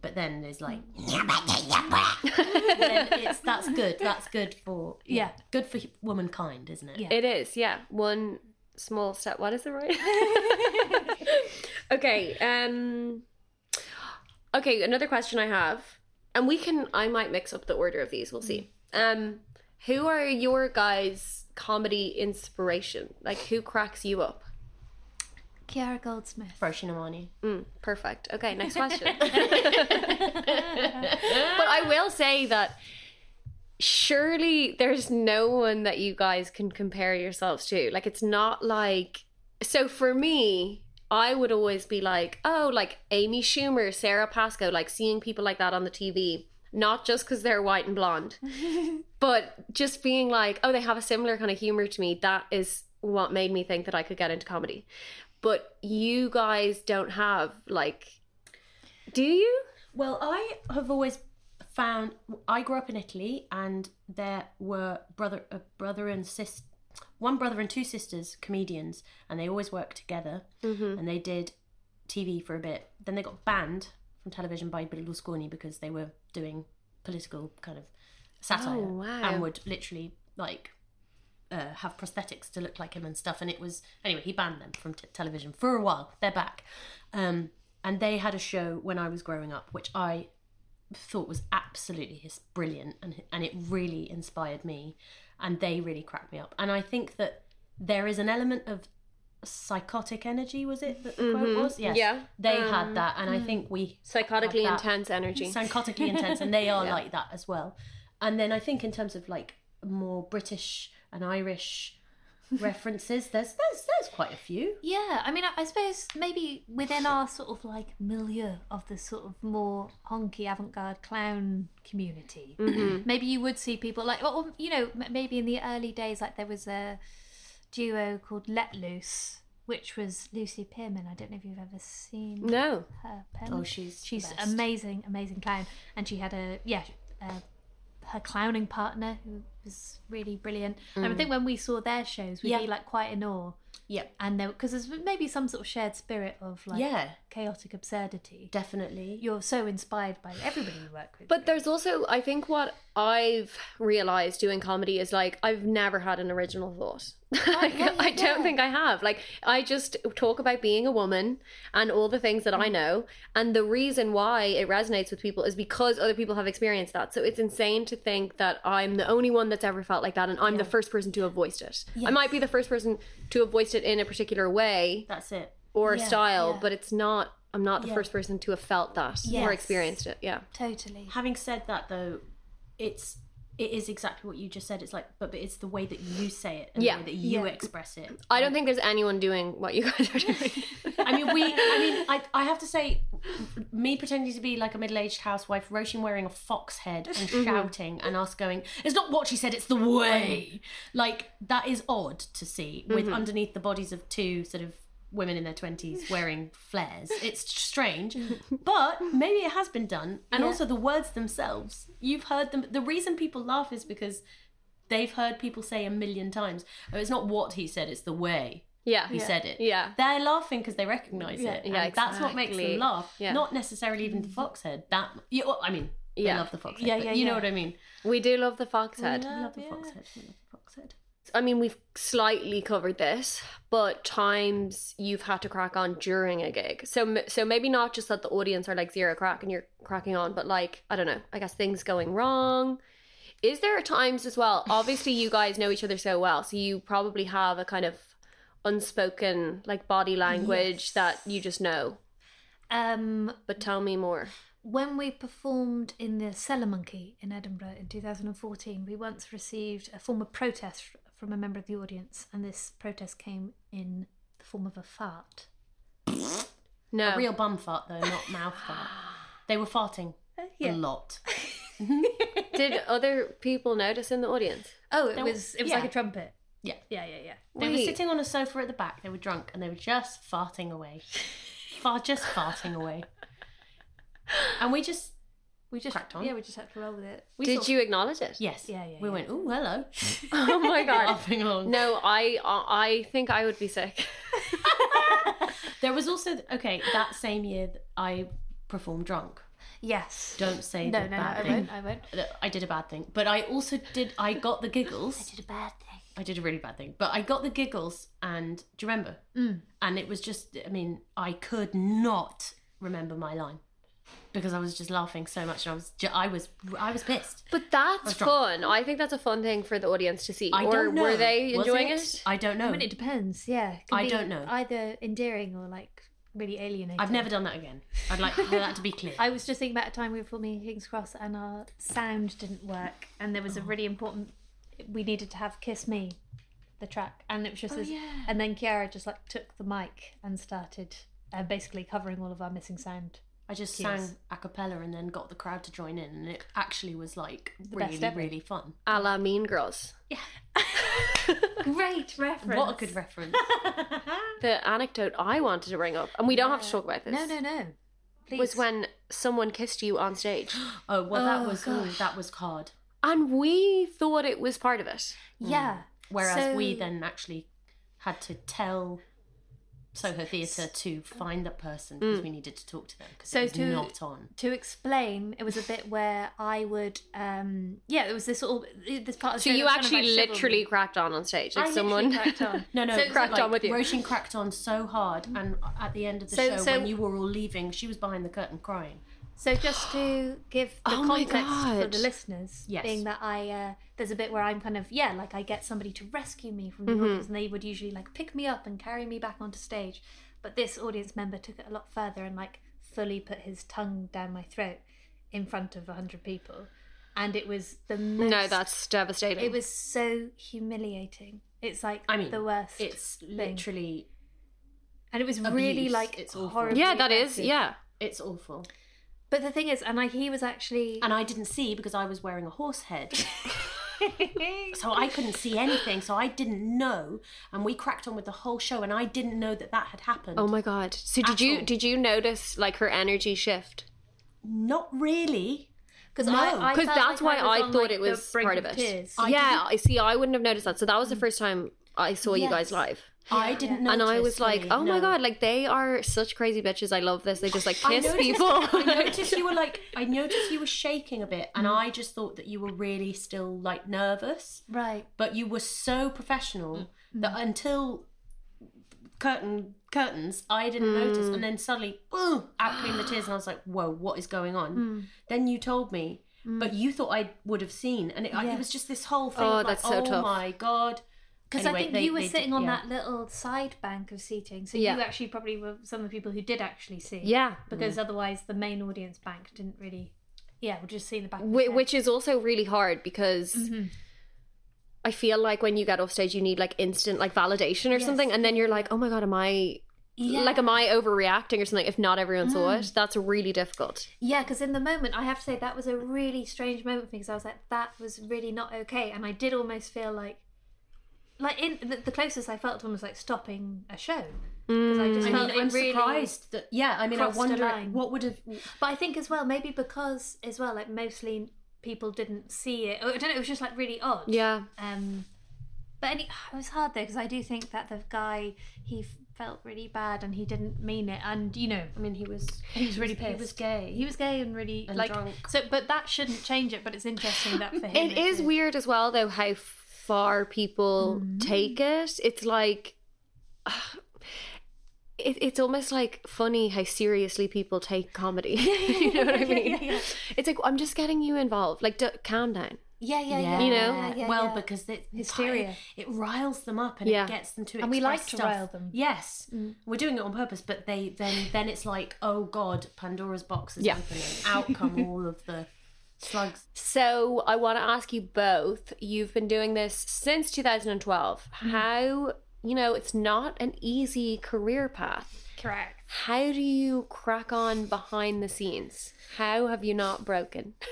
S3: but then is like then it's that's good that's good for
S2: Yeah.
S3: good for hu- womankind isn't it
S2: Yeah.
S1: It is, yeah. One small step. What is it right? okay. Um Okay, another question I have. And we can I might mix up the order of these, we'll see. Um who are your guys' comedy inspiration? Like who cracks you up?
S2: Kiara Goldsmith.
S3: Roisin Amani.
S1: Mm, perfect. Okay, next question. but I will say that surely there's no one that you guys can compare yourselves to. Like, it's not like. So for me, I would always be like, oh, like Amy Schumer, Sarah Pascoe, like seeing people like that on the TV, not just because they're white and blonde, but just being like, oh, they have a similar kind of humor to me. That is what made me think that I could get into comedy. But you guys don't have like, do you?
S3: Well, I have always found I grew up in Italy, and there were brother, a brother and sister, one brother and two sisters, comedians, and they always worked together,
S1: Mm-hmm.
S3: and they did TV for a bit. Then they got banned from television by Berlusconi because they were doing political kind of satire
S1: Oh, wow.
S3: and would literally like uh, have prosthetics to look like him and stuff. And it was anyway, he banned them from t- television for a while. They're back, um, and they had a show when I was growing up, which I thought was absolutely his brilliant, and and it really inspired me, and they really cracked me up. And I think that there is an element of psychotic energy. Was it that the quote was? Yes.
S1: Yeah.
S3: They had that, and I think we
S1: Psychotically
S3: Have that.
S1: intense energy.
S3: psychotically intense, and they are like that as well. And then I think in terms of like more British and Irish references, there's there's there's quite a few.
S2: Yeah, I mean, I, I suppose maybe within our sort of like milieu of the sort of more honky avant-garde clown community,
S3: Mm-hmm.
S2: maybe you would see people like, well, you know, m- maybe in the early days, like there was a duo called Let Loose, which was Lucy Pearman. I don't know if you've ever seen
S1: no.
S2: her pen.
S3: Mm. Oh, she's the
S2: she's
S3: best.
S2: amazing, amazing clown, and she had a yeah, uh, her clowning partner who was really brilliant. And I think when we saw their shows, we'd
S3: Mm. Yeah.
S2: be like quite in awe,
S3: Yep.
S2: and there because there's maybe some sort of shared spirit of like
S3: yeah,
S2: chaotic absurdity.
S3: definitely.
S2: You're so inspired by everybody you work with.
S1: But there's also, I think, what I've realized doing comedy is like I've never had an original thought. Like,
S2: yeah,
S1: I don't
S2: Oh, yeah.
S1: think I have. Like I just talk about being a woman and all the things that I
S2: Mm.
S1: know, and the reason why it resonates with people is because other people have experienced that. So it's insane to think that I'm the only one that's ever felt like that, and I'm the first person to have voiced it. I might be the first person to have voiced it in a particular way
S3: That's it.
S1: or
S2: Yeah,
S1: style,
S2: yeah.
S1: but it's not. I'm not the
S3: Yeah.
S1: first person to have felt that or
S2: Yes.
S1: experienced it. Yeah.
S2: totally.
S3: Having said that, though, it's it is exactly what you just said. It's like, but, but it's the way that you say it and
S1: Yeah.
S3: the way that you
S2: Yeah.
S3: express it.
S1: I don't think there's anyone doing what you guys are doing.
S3: I mean, we. I mean, I. I have to say, me pretending to be like a middle-aged housewife, Roshin wearing a fox head and shouting, and us going, "It's not what she said, it's the way." Like that is odd to see with underneath the bodies of two sort of women in their twenties wearing flares. It's strange, but maybe it has been done. And also the words themselves. You've heard them. The reason people laugh is because. They've heard people say a million times, oh, it's not what he said, it's the way
S1: yeah.
S3: who said it.
S1: Yeah.
S3: They're laughing because they recognise
S2: Yeah.
S3: it.
S1: Yeah,
S3: and That's what makes
S1: exactly.
S3: them laugh.
S1: Yeah.
S3: Not necessarily even the fox head. That you, well, I mean, they
S1: Yeah.
S3: love the fox head.
S2: Yeah,
S3: but
S2: yeah,
S3: you know
S2: yeah.
S3: what I mean.
S1: We do love the fox head.
S3: I love the fox head. I love the fox head.
S1: I mean, we've slightly covered this, but times you've had to crack on during a gig. So m- so maybe not just that the audience are like zero crack and you're cracking on, but like I don't know, I guess things going wrong. Is there times as well? Obviously, you guys know each other so well, so you probably have a kind of unspoken like body language that you just know.
S2: Um,
S1: But tell me more.
S2: when we performed in the Cellar Monkey in Edinburgh in 2014, we once received a form of protest from a member of the audience, and this protest came in the form of a fart.
S1: No.
S3: A real bum fart though, not mouth fart. They were farting
S2: Uh,
S3: a lot.
S1: Did other people notice in the audience?
S2: Oh, it
S3: There
S2: was
S3: was-
S2: it was
S3: yeah.
S2: like a trumpet.
S3: Yeah.
S2: Yeah, yeah, yeah.
S3: They were
S1: Wait.
S3: sitting on a sofa at the back. They were drunk and they were just farting away, far just farting away. And we just, we just cracked on.
S2: Yeah, we just have to roll with it.
S3: We
S1: Did
S3: sort of-
S1: you acknowledge it?
S3: Yes.
S2: Yeah, yeah,
S3: We
S2: yeah.
S3: went. Oh, hello.
S1: Oh my god.
S3: Laughing along.
S1: No, I I think I would be sick.
S3: There was also okay that same year that I performed drunk.
S2: Yes.
S3: Don't say
S2: no,
S3: the
S2: no, no,
S3: bad
S2: I
S3: thing.
S2: won't. I won't.
S3: That I did a bad thing, but I also did. I got the giggles.
S2: Did a bad thing.
S3: I did a really bad thing, but I got the giggles. And do you remember?
S2: Mm.
S3: And it was just, I mean, I could not remember my line because I was just laughing so much, and I was, ju- I was, I was pissed.
S1: But that's
S3: drunk.
S1: fun. I think that's a fun thing for the audience to see.
S3: I
S1: or
S3: don't know.
S1: were they
S3: Was
S1: enjoying it?
S3: I don't know.
S2: I mean, it depends. Yeah. It can
S3: Oh. I
S2: be
S3: don't know.
S2: Either endearing or like really alienating.
S3: I've never done that again. I'd like for that to be clear.
S2: I was just thinking about a time we were filming King's Cross and our sound didn't work, and there was a
S3: Oh.
S2: really important. We needed to have "Kiss Me," the track, and it was
S3: Oh,
S2: just. this, And then Kiara just like took the mic and started uh, basically covering all of our missing sound.
S3: I just
S2: Cheers.
S3: sang a cappella and then got the crowd to join in, and it actually was like
S2: best
S3: really,
S2: ever.
S3: really fun.
S1: A la Mean Girls.
S2: Great reference.
S3: What a good reference!
S1: The anecdote I wanted to bring up, and we don't have to talk about this.
S2: No, no, no. Please.
S1: Was when someone kissed you on stage,
S3: oh well, that
S2: Oh,
S3: was ooh, that was hard.
S1: and we thought it was part of it.
S2: yeah.
S3: Mm. Whereas we
S2: So-
S3: then actually had to tell Soho Theatre to find that person because we needed to talk to them because
S2: Mm. So
S3: it was
S2: to-
S3: not on.
S2: To explain, it was a bit where I would, um yeah, it was this all this part of the
S1: So
S2: show that
S1: you
S2: was kind of,
S1: actually
S2: like, chivalry.
S1: literally cracked on on stage. Like
S2: I
S1: someone.
S2: literally cracked on.
S3: No, no,
S1: So
S3: it was
S1: cracked on with you.
S3: Roshan cracked on so hard, and at the end of the
S2: So-
S3: show,
S2: so-
S3: when you were all leaving, she was behind the curtain crying.
S2: So just to give the
S1: Oh my
S2: context for
S1: God.
S2: the listeners,
S3: Yes.
S2: being that I uh, there's a bit where I'm kind of yeah, like I get somebody to rescue me from
S1: Mm-hmm.
S2: the audience, and they would usually like pick me up and carry me back onto stage, but this audience member took it a lot further and like fully put his tongue down my throat in front of hundred people, and it was the most.
S1: no, that's devastating.
S2: it was so humiliating. It's like
S3: I mean,
S2: the worst.
S3: It's
S2: thing.
S3: literally,
S2: and it was really
S3: abuse.
S2: like
S3: It's
S2: it's
S3: awful.
S2: horrible.
S1: yeah, that is. Yeah.
S3: it's awful.
S2: But the thing is, and I, he was actually
S3: And I didn't see because I was wearing a horse head. so I couldn't see anything, so I didn't know. And we cracked on with the whole show, and I didn't know that that had happened.
S1: Oh my god. So did
S3: At
S1: you
S3: all.
S1: did you notice like her energy shift?
S3: Not really.
S2: Because
S3: No.
S2: I, I
S1: 'Cause
S2: felt
S1: that's why
S2: like
S1: I
S2: on,
S1: thought
S2: like,
S1: it
S2: the
S1: was
S2: brink
S1: part of it.
S2: tears. Mm.
S1: yeah, I see. I wouldn't have noticed that. So that was the first time I saw you guys
S2: Yes.
S1: live.
S3: I didn't know.
S1: and I was like, oh my god, like they are such crazy bitches. I love this. They just like kiss people.
S3: I noticed you were like, I noticed you were shaking a bit,
S1: Mm.
S3: and I just thought that you were really still like nervous,
S2: right.
S3: but you were so
S2: Mm.
S3: professional that until curtain curtains, I didn't
S2: Mm.
S3: notice, and then suddenly, boom, out came the tears, and I was like, whoa, what is going on?
S2: Mm.
S3: Then you told me, but you thought I would have seen, and it, I-
S2: Yeah.
S3: it was just this whole thing.
S1: Oh,
S3: of, like,
S1: that's so
S3: oh
S1: tough.
S3: my god.
S2: Because
S3: Anyway,
S2: I think
S3: they-
S2: you were
S3: they did-
S2: sitting on
S3: yeah.
S2: that little side bank of seating, so
S1: Yeah.
S2: you actually probably were some of the people who did actually see.
S1: yeah.
S3: Mm.
S2: Because otherwise, the main audience bank didn't really. Yeah, Mm-hmm. we're just seeing the back. of
S1: Whi-
S2: their-
S1: Which is also really hard because I feel like when you get off stage, you need like instant like validation or something, and then you're like, oh my god, am I
S2: yeah. Mm.
S1: like am I overreacting or something? If not everyone saw it, that's really difficult.
S2: Yeah, because in the moment, I have to say that was a really strange moment for me because I was like, that was really not okay, and I did almost feel like, like in the, the closest I felt to almost like stopping a show because I just
S3: Mm. I
S2: felt
S3: mean, I'm
S2: it really.
S3: surprised that. Yeah, I mean, I
S2: crossed a
S3: wonder
S2: line.
S3: what would have.
S2: But I think as well, maybe because as well, like mostly people didn't see it. Or, I don't know. It was just like really odd.
S1: Yeah.
S2: Um, but any, it was hard though because I do think that the guy he f- felt really bad and he didn't mean it, and you know
S3: I mean, he was.
S2: he was really pissed.
S3: He was gay.
S2: He was gay and really
S3: And
S2: like
S3: drunk.
S2: so. But that shouldn't change it. But it's interesting that for him
S1: It is weird as well, though, how far people take it. It's like. It, it's almost like funny how seriously people take comedy. you know what I mean? It's like I'm just getting you involved. Like, d- calm down.
S2: Yeah, yeah, yeah.
S1: You know?
S2: yeah, yeah,
S3: well,
S2: yeah.
S3: because it
S2: Hysteria.
S3: It riles them up and
S1: Yeah.
S3: it gets them to.
S2: And we
S3: express
S2: like to
S3: stuff.
S2: rile them. Mm.
S3: Yes, we're doing it on purpose, but they then then it's like, oh god, Pandora's box is
S1: Yeah.
S3: open, and out come all of the slugs.
S1: So I want to ask you both. You've been doing this since 2012. How you know, it's not an easy career path.
S2: Correct.
S1: How do you crack on behind the scenes? How have you not broken?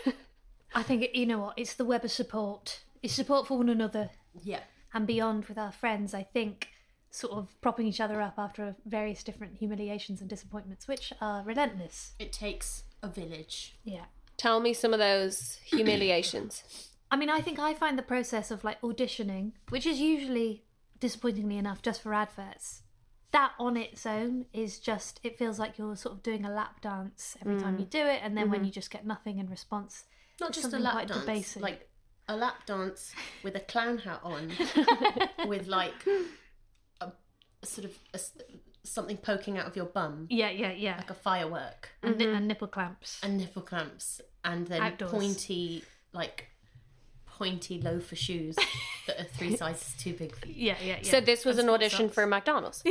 S2: I think it, you know what? It's the web of support. It's support for one another
S3: Yeah.
S2: and beyond with our friends. I think sort of propping each other up after various different humiliations and disappointments, which are relentless.
S3: It takes a village.
S2: Yeah.
S1: Tell me some of those humiliations.
S2: I mean, I think I find the process of like auditioning, which is usually disappointingly enough just for adverts, that on its own is just, it feels like you're sort of doing a lap dance every time you do it. And then when you just get nothing in response,
S3: Not just
S2: something
S3: a lap
S2: quite
S3: dance.
S2: debasing.
S3: Like a lap dance with a clown hat on, with like a, a sort of a s something poking out of your bum,
S2: yeah, yeah, yeah.
S3: like a firework,
S2: And, ni- and nipple clamps.
S3: and nipple clamps, and then
S2: Outdoors.
S3: pointy, like pointy loafer shoes that are three sizes too big for you.
S2: yeah, yeah, yeah.
S1: So this was an audition for McDonald's.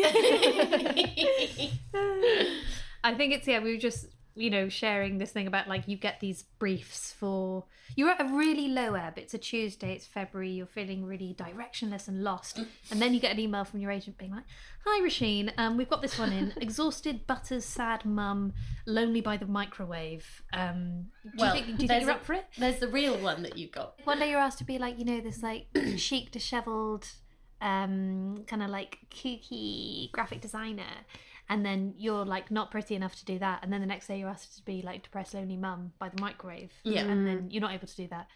S2: I think it's yeah. We were just you know sharing this thing about like you get these briefs for you're at a really low ebb. It's a Tuesday. It's February. You're feeling really directionless and lost, and then you get an email from your agent being like, "Hi Rasheen, um, we've got this one in. Exhausted, butters, sad mum, lonely by the microwave. Um, do
S3: Well,
S2: you think, do you think
S3: there's
S2: you're
S3: a-
S2: up for it?
S3: There's the real one that you got.
S2: One day you're asked to be like you know this like chic, dishevelled, um, kind of like kooky graphic designer, and then you're like not pretty enough to do that, and then the next day you're asked to be like depressed, lonely mum by the microwave,
S3: Yeah. Mm.
S2: and then you're not able to do that.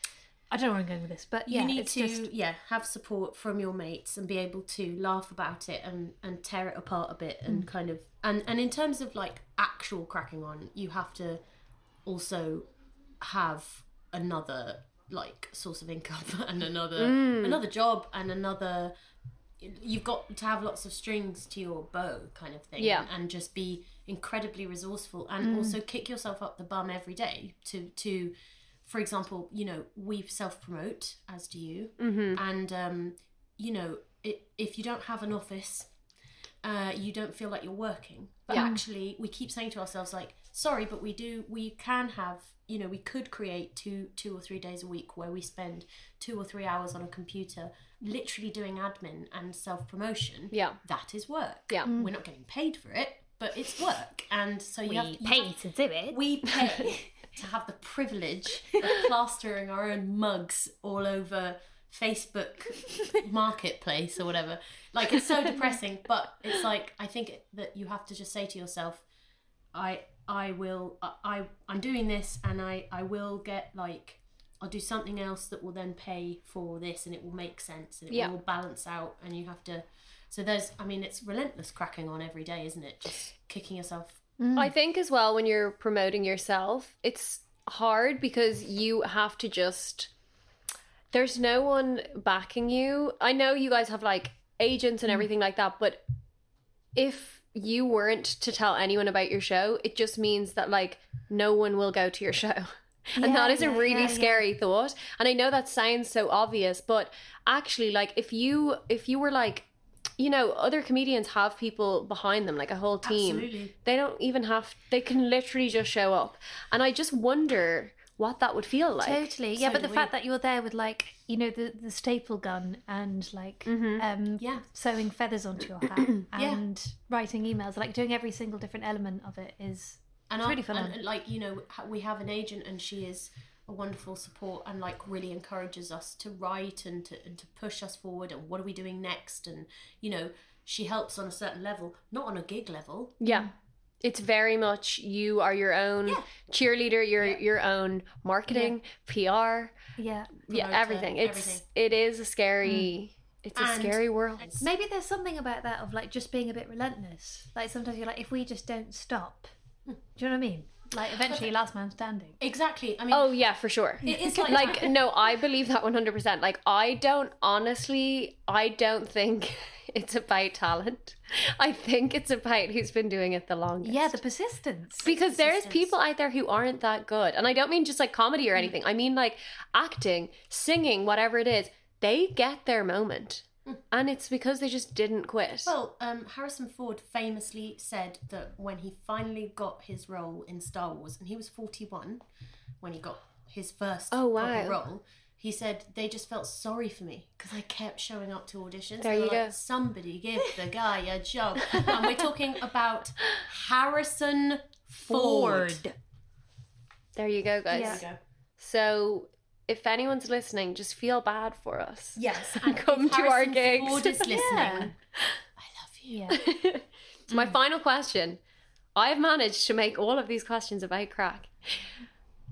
S2: I don't know where I'm going with this, but yeah,
S3: you need
S2: it's
S3: to
S2: just
S3: yeah have support from your mates and be able to laugh about it and and tear it apart a bit
S2: Mm.
S3: and kind of and and in terms of like actual cracking on you have to also have another like source of income and another another job and another you've got to have lots of strings to your bow kind of thing
S1: Yeah.
S3: and just be incredibly resourceful and also kick yourself up the bum every day to to for example you know we self promote as do you and um you know i if you don't have an office uh, you don't feel like you're working but actually we keep saying to ourselves like sorry but we do we can have you know we could create two two or three days a week where we spend two or three hours on a computer literally doing admin and self promotion
S1: Yeah.
S3: that is work
S1: Yeah.
S3: we're not getting paid for it but it's work and so you have you have-
S2: to do it.
S3: we pay to have the privilege of plastering our own mugs all over Facebook marketplace or whatever. Like it's so depressing, but it's like I think that you have to just say to yourself, I I will I, I I'm doing this and I I will get like I'll do something else that will then pay for this and it will make sense and it
S1: Yeah.
S3: will all balance out and you have to so there's I mean it's relentless cracking on every day, isn't it? Just kicking yourself
S2: Mm.
S1: I think as well when you're promoting yourself, it's hard because you have to just there's no one backing you. I know you guys have like agents
S2: Mm.
S1: and everything like that, but if you weren't to tell anyone about your show, it just means that like no one will go to your show. and that is a
S2: yeah,
S1: really
S2: yeah, yeah.
S1: scary thought. And I know that sounds so obvious, but actually like if you if you were like you know, other comedians have people behind them, like a whole team
S3: Absolutely.
S1: they don't even have they can literally just show up and i just wonder what that would feel like
S2: Totally, yeah.
S3: so
S2: but the
S3: do
S2: fact that you're there with like you know the the staple gun and like um,
S3: Mm-hmm. Yeah.
S2: sewing feathers onto your hat and writing emails, like doing every single different element of it is
S3: and
S2: It's
S3: I-
S2: really fun.
S3: And, and, like you know, ha- we have an agent, and she is a wonderful support, and like really encourages us to write and to and to push us forward. And what are we doing next? And you know, she helps on a certain level, not on a gig level.
S1: yeah it's very much you are your own cheerleader your your own marketing pr
S2: yeah.
S1: yeah
S3: Promoter,
S1: everything it's
S3: everything.
S1: it is a scary it's a
S3: And-
S1: scary world
S2: Maybe there's something about that of like just being a bit relentless. Like sometimes you're like, if we just don't stop,
S3: Hmm.
S2: do you know what I mean? Like eventually, last man standing.
S3: Exactly. I mean,
S1: oh yeah for sure
S3: it is like,
S1: like no i believe that 100% like i don't honestly i don't think it's about talent i think it's about who's been doing it the longest
S2: Yeah, the persistence.
S1: because there's people out there who aren't that good and i don't mean just like comedy or anything i mean like acting singing whatever it is they get their moment and it's because they just didn't quit
S3: Well, um, Harrison Ford famously said that when he finally got his role in Star Wars, and he was 41 when he got his first
S1: Oh, wow.
S3: proper role, He said they just felt sorry for me because I kept showing up to auditions.
S1: There
S3: They were
S1: you
S3: like,
S1: go.
S3: Somebody give the guy a job. and we're talking about Harrison Ford.
S1: There you go, guys.
S2: Yeah.
S1: So if anyone's listening, just feel bad for us.
S3: Yes,
S1: And come to our
S3: Harrison
S1: gigs.
S3: Ford is listening.
S2: Yeah.
S3: I love you.
S2: Yeah.
S1: So
S2: Mm.
S1: my final question. I've managed to make all of these questions about crack.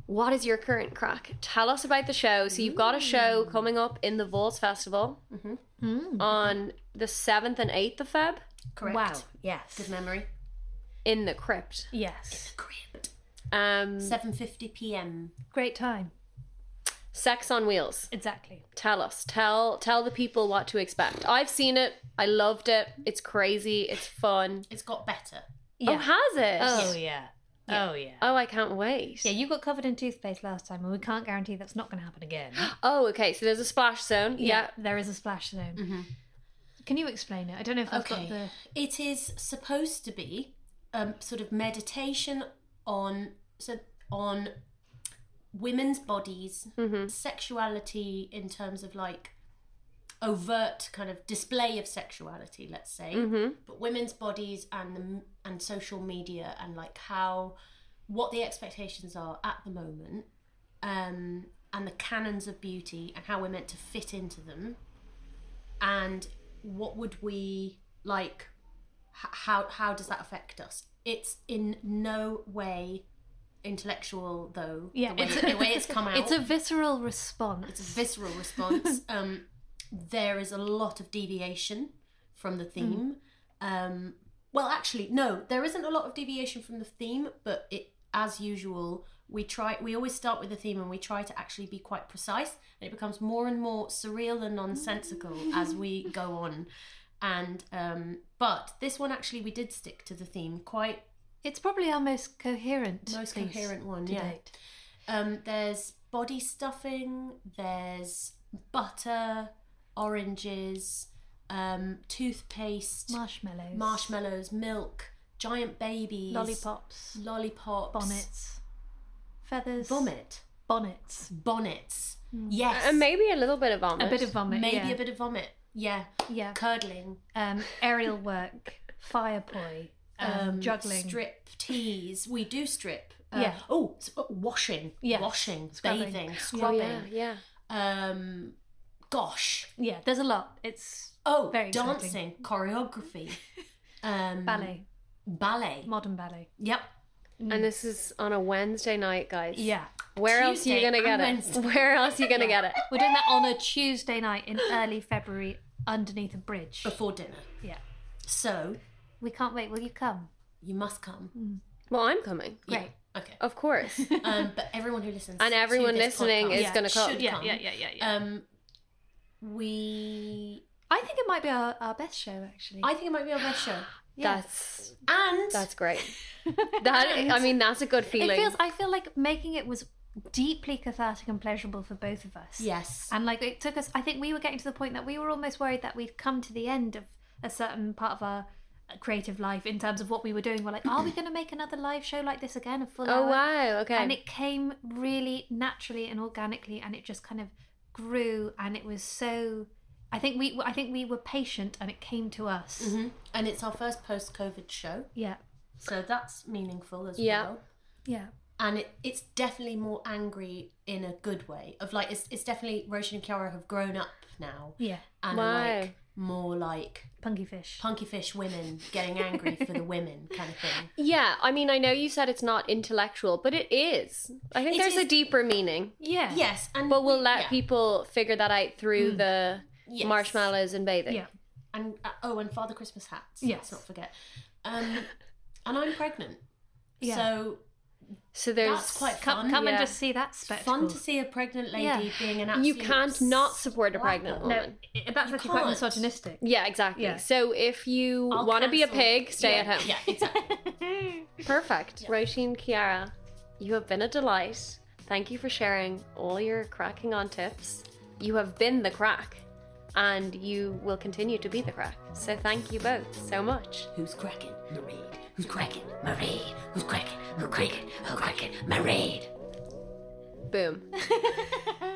S1: What is your current crack? Tell us about the show. So you've got a show coming up in the Vols Festival
S2: Mm.
S1: on the seventh and eighth of Feb
S3: Correct.
S2: Wow. Yes.
S3: Good memory.
S1: in the crypt.
S2: Yes.
S3: Crypt.
S1: Um,
S3: 7:50 p.m.
S2: Great time.
S1: Sex on Wheels.
S2: Exactly.
S1: Tell us. Tell tell the people what to expect. I've seen it. I loved it. It's crazy. It's fun.
S3: It's got better.
S1: Oh, has it?
S2: Oh yeah. Oh yeah.
S1: Oh, I can't wait.
S2: Yeah, you got covered in toothpaste last time, and we can't guarantee that's not going to happen again.
S1: Oh, okay. So there's a splash zone. Yeah.
S2: There is a splash zone. Can you explain it? I don't know if I've
S3: Mm-hmm. Okay.
S2: got the.
S3: It is supposed to be um, sort of meditation on so on women's bodies,
S2: Mm-hmm.
S3: sexuality in terms of like overt kind of display of sexuality, let's say,
S2: Mm-hmm.
S3: but women's bodies and the, and social media and like how what the expectations are at the moment um, and the canons of beauty and how we're meant to fit into them and what would we like h- how how does that affect us it's in no way intellectual though
S2: Yeah,
S3: the way,
S2: it's-
S3: the way it's come out
S2: It's a visceral response.
S3: it's a visceral response. um, there is a lot of deviation from the theme. Um, well, actually, no, there isn't a lot of deviation from the theme, but it, as usual, we try. We always start with the theme, and we try to actually be quite precise, and it becomes more and more surreal and nonsensical as we go on. And um, but this one actually, we did stick to the theme quite
S2: It's probably our most coherent,
S3: most
S2: piece
S3: coherent one.
S2: to
S3: yeah.
S2: date.
S3: Um, there's body stuffing, there's butter, oranges, um, toothpaste,
S2: Marshmallows,
S3: marshmallows, milk, giant babies,
S2: lollipops,
S3: lollipops,
S2: bonnets, feathers,
S3: vomit,
S2: bonnets,
S3: bonnets. Yes,
S1: And maybe a little bit of vomit.
S2: a bit of vomit,
S3: maybe
S2: Mm. yeah.
S3: a bit of vomit. Yeah,
S2: yeah,
S3: curdling,
S2: um, aerial work, fire poi, um,
S3: um,
S2: juggling,
S3: strip tease. We do strip.
S2: Yeah.
S3: Oh, s- oh, washing.
S2: Yes.
S3: Washing.
S2: Scrubbing.
S3: Bathing.
S1: Oh,
S3: Scrubbing.
S1: yeah. Yeah.
S3: Um, gosh.
S2: Yeah, there's a lot. It's
S3: Oh,
S2: Very exciting.
S3: dancing, choreography, um,
S2: Mm. ballet,
S3: ballet.
S2: modern ballet.
S3: Yep.
S1: And this is on a Wednesday night, guys.
S2: Mm. Yeah,
S1: Where else are you
S3: Tuesday
S1: gonna get
S3: and
S1: it?
S3: Wednesday.
S1: Where else are you gonna get it?
S2: we're doing that on a Tuesday night in early February underneath a bridge.
S3: Before dinner.
S2: Yeah,
S3: So
S2: we can't wait. Will you come?
S3: you must
S1: Mm,
S3: come.
S1: Well, I'm coming,
S2: Great.
S3: Okay.
S1: of course.
S3: Um, but everyone who listens
S1: And
S3: to
S1: everyone
S3: this
S1: listening
S3: podcast
S1: is gonna come.
S3: should come.
S2: yeah,
S3: Um, we.
S2: I think it might be our, our best show actually.
S3: I think it might be our best show.
S2: Yeah.
S1: That's
S3: And
S1: that's great. That I mean, that's a good feeling.
S2: It feels. I feel like making it was deeply cathartic and pleasurable for both of us.
S3: yes,
S2: And like it took us. I think we were getting to the point that we were almost worried that we'd come to the end of a certain part of our creative life in terms of what we were doing. We're like, are we going to make another live show like this again? A full
S1: oh
S2: hour?
S1: wow. Okay.
S2: And it came really naturally and organically, and it just kind of grew. And it was so. I think we. I think we were patient, and it came to us.
S3: Mhm. and it's our first post-COVID show,
S2: Yeah.
S3: so that's meaningful as
S1: Yeah.
S3: well.
S2: Yeah.
S3: and it, it's definitely more angry in a good way of like it's, it's definitely Roshan and Kiara have grown up now
S2: Yeah.
S3: and
S1: Wow.
S3: are like more like
S2: Punky fish.
S3: punky fish women getting angry for the women kind of thing
S1: yeah. I mean, I know you said it's not intellectual, but it is. I think
S3: It
S1: there's
S3: is.
S1: a deeper meaning,
S2: yeah.
S3: yes and
S1: but we'll
S3: we-
S1: let
S3: yeah.
S1: people figure that out through the
S3: Yes.
S1: marshmallows and bathing.
S2: Mm. Yeah.
S3: and uh, oh and father christmas hats
S2: Yes.
S3: let's not forget um and i'm pregnant
S2: Yeah.
S3: so
S1: So there's
S3: That's quite
S2: Come,
S3: fun,
S2: come and
S1: yeah.
S2: just see that spectacle.
S3: fun to see a pregnant lady
S2: Yeah.
S3: being an
S1: you
S3: absolute
S1: can't not support a pregnant
S3: slapper.
S1: woman.
S2: i- that's
S3: You
S2: actually quite
S3: can't.
S2: misogynistic.
S1: Yeah, exactly.
S2: Yeah.
S1: So if you
S3: I'll
S1: want to be a
S3: cancel.
S1: pig, stay at home.
S3: yeah exactly
S1: Perfect. Roisin Kiara, you have been a delight. Thank you for sharing all your cracking on tips. You have been the crack, and you will continue to be the crack. So thank you both so much.
S6: Who's cracking? Marie. Who's cracking? Marie. Who's cracking? Who's cracking? Who's cracking? Marie.
S1: Boom.